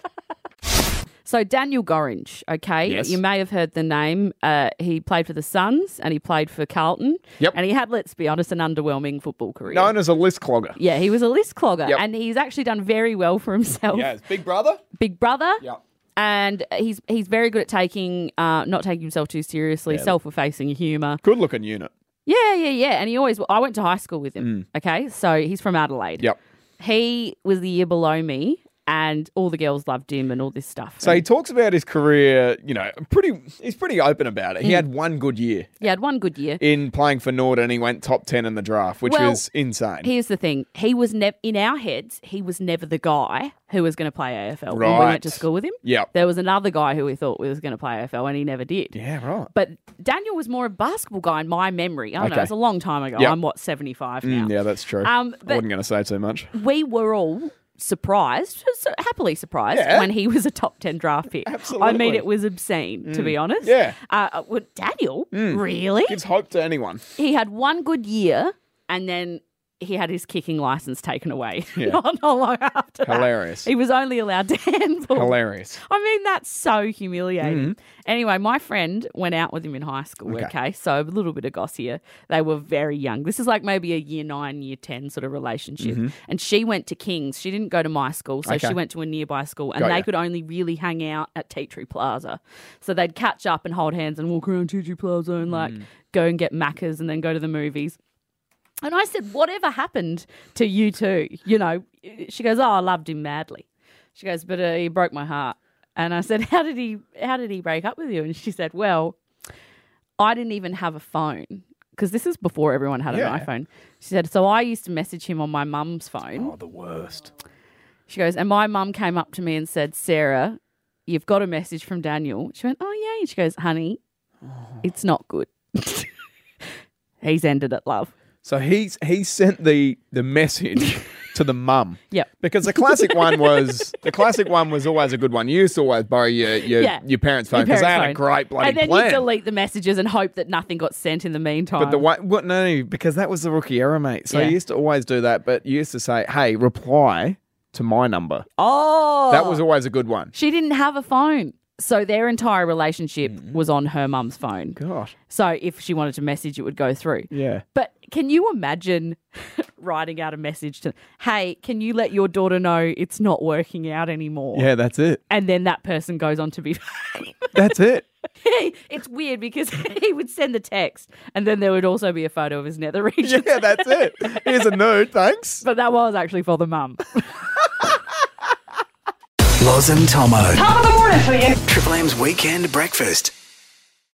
[SPEAKER 2] So Daniel Gorringe, okay,
[SPEAKER 3] Yes.
[SPEAKER 2] you may have heard the name. Uh, he played for the Suns and he played for Carlton.
[SPEAKER 3] Yep.
[SPEAKER 2] And he had, let's be honest, an underwhelming football career.
[SPEAKER 3] Known as a list clogger.
[SPEAKER 2] yeah, he was a list clogger,
[SPEAKER 3] Yep.
[SPEAKER 2] and he's actually done very well for himself.
[SPEAKER 3] Yes, big brother.
[SPEAKER 2] Big Brother.
[SPEAKER 3] Yep.
[SPEAKER 2] And he's he's very good at taking uh, not taking himself too seriously, self-effacing humor.
[SPEAKER 3] Good looking unit.
[SPEAKER 2] Yeah, yeah, yeah. And he always I went to high school with him. Okay, so he's from Adelaide.
[SPEAKER 3] Mm. Yep.
[SPEAKER 2] He was the year below me, and all the girls loved him and all this stuff.
[SPEAKER 3] So he talks about his career, you know, pretty. He's pretty open about
[SPEAKER 2] Hmm.
[SPEAKER 3] it. He had one good year
[SPEAKER 2] he had one good year.
[SPEAKER 3] in playing for Nord, and he went top ten in the draft, which
[SPEAKER 2] Well,
[SPEAKER 3] was insane.
[SPEAKER 2] Here's the thing: he was never in our heads. He was never the guy who was going to play AFL when we
[SPEAKER 3] Right.
[SPEAKER 2] went to school with him.
[SPEAKER 3] Yep.
[SPEAKER 2] There was another guy who we thought was going to play AFL, and he never did.
[SPEAKER 3] yeah, right.
[SPEAKER 2] But Daniel was more a basketball guy in my memory. I don't know.
[SPEAKER 3] Okay.
[SPEAKER 2] It's a long time ago.
[SPEAKER 3] Yep.
[SPEAKER 2] I'm what 75 now.
[SPEAKER 3] Mm, yeah, that's true.
[SPEAKER 2] Um,
[SPEAKER 3] I
[SPEAKER 2] but-
[SPEAKER 3] wasn't going to say too much.
[SPEAKER 2] We were all surprised, so happily surprised,
[SPEAKER 3] Yeah.
[SPEAKER 2] when he was a top 10 draft pick. I mean,
[SPEAKER 3] Absolutely. Mm.
[SPEAKER 2] it was obscene, to be honest.
[SPEAKER 3] Yeah. Mm.
[SPEAKER 2] Uh, uh, well, Daniel, really?
[SPEAKER 3] Gives hope to anyone.
[SPEAKER 2] He had one good year and then he had his kicking license taken away
[SPEAKER 3] Yeah.
[SPEAKER 2] not, not long after that.
[SPEAKER 3] Hilarious.
[SPEAKER 2] He was only allowed to handball.
[SPEAKER 3] Hilarious.
[SPEAKER 2] I mean, that's so humiliating.
[SPEAKER 3] Mm-hmm.
[SPEAKER 2] Anyway, my friend went out with him in high school, okay. So a little bit of goss here. They were very young. This is like maybe a year nine, year 10 sort of relationship. And she went to King's. She didn't go to my school. So
[SPEAKER 3] Mm-hmm. Okay.
[SPEAKER 2] she went to a nearby school and
[SPEAKER 3] Got
[SPEAKER 2] they
[SPEAKER 3] ya.
[SPEAKER 2] could only really hang out at Tea Tree Plaza. So they'd catch up and hold hands and walk around Tea Tree Plaza and like
[SPEAKER 3] Mm.
[SPEAKER 2] go and get Maccas and then go to the movies. And I said, whatever happened to you two? You know, she goes, oh, I loved him madly. She goes, but uh, he broke my heart. And I said, how did he? How did he break up with you? And she said, well, I didn't even have a phone because this is before everyone had
[SPEAKER 3] Yeah.
[SPEAKER 2] an iPhone. She said, so I used to message him on my mum's phone.
[SPEAKER 1] Oh, the worst.
[SPEAKER 2] She goes, and my mum came up to me and said, Sarah, you've got a message from Daniel. She went, oh yeah. And she goes, honey, it's not good. He's ended it, love.
[SPEAKER 3] So he's he sent the the message to the mum.
[SPEAKER 2] Yep.
[SPEAKER 3] Because the classic one was the classic one was always a good one. You used to always borrow your your,
[SPEAKER 2] Yeah.
[SPEAKER 3] your parents' phone because they had a
[SPEAKER 2] parents' phone.
[SPEAKER 3] great bloody
[SPEAKER 2] And then
[SPEAKER 3] plan.
[SPEAKER 2] you delete the messages and hope that nothing got sent in the meantime.
[SPEAKER 3] but the way, well, no, because that was the rookie error, mate. So
[SPEAKER 2] Yeah.
[SPEAKER 3] you used to always do that, but you used to say, "Hey, reply to my number."
[SPEAKER 2] oh,
[SPEAKER 3] That was always a good one.
[SPEAKER 2] she didn't have a phone, so their entire relationship was on her mum's phone.
[SPEAKER 3] Gosh,
[SPEAKER 2] So if she wanted to message, it would go through.
[SPEAKER 3] yeah.
[SPEAKER 2] But can you imagine writing out a message to, hey, can you let your daughter know it's not working out anymore?
[SPEAKER 3] Yeah, that's it.
[SPEAKER 2] And then that person goes on to be.
[SPEAKER 3] That's it.
[SPEAKER 2] it's weird because he would send the text, and then there would also be a photo of his nether regions.
[SPEAKER 3] Yeah, that's it. Here's a nude, thanks.
[SPEAKER 2] But that was actually for the mum.
[SPEAKER 1] Loz and Tomo. Top of the morning for you. Triple M's Weekend Breakfast.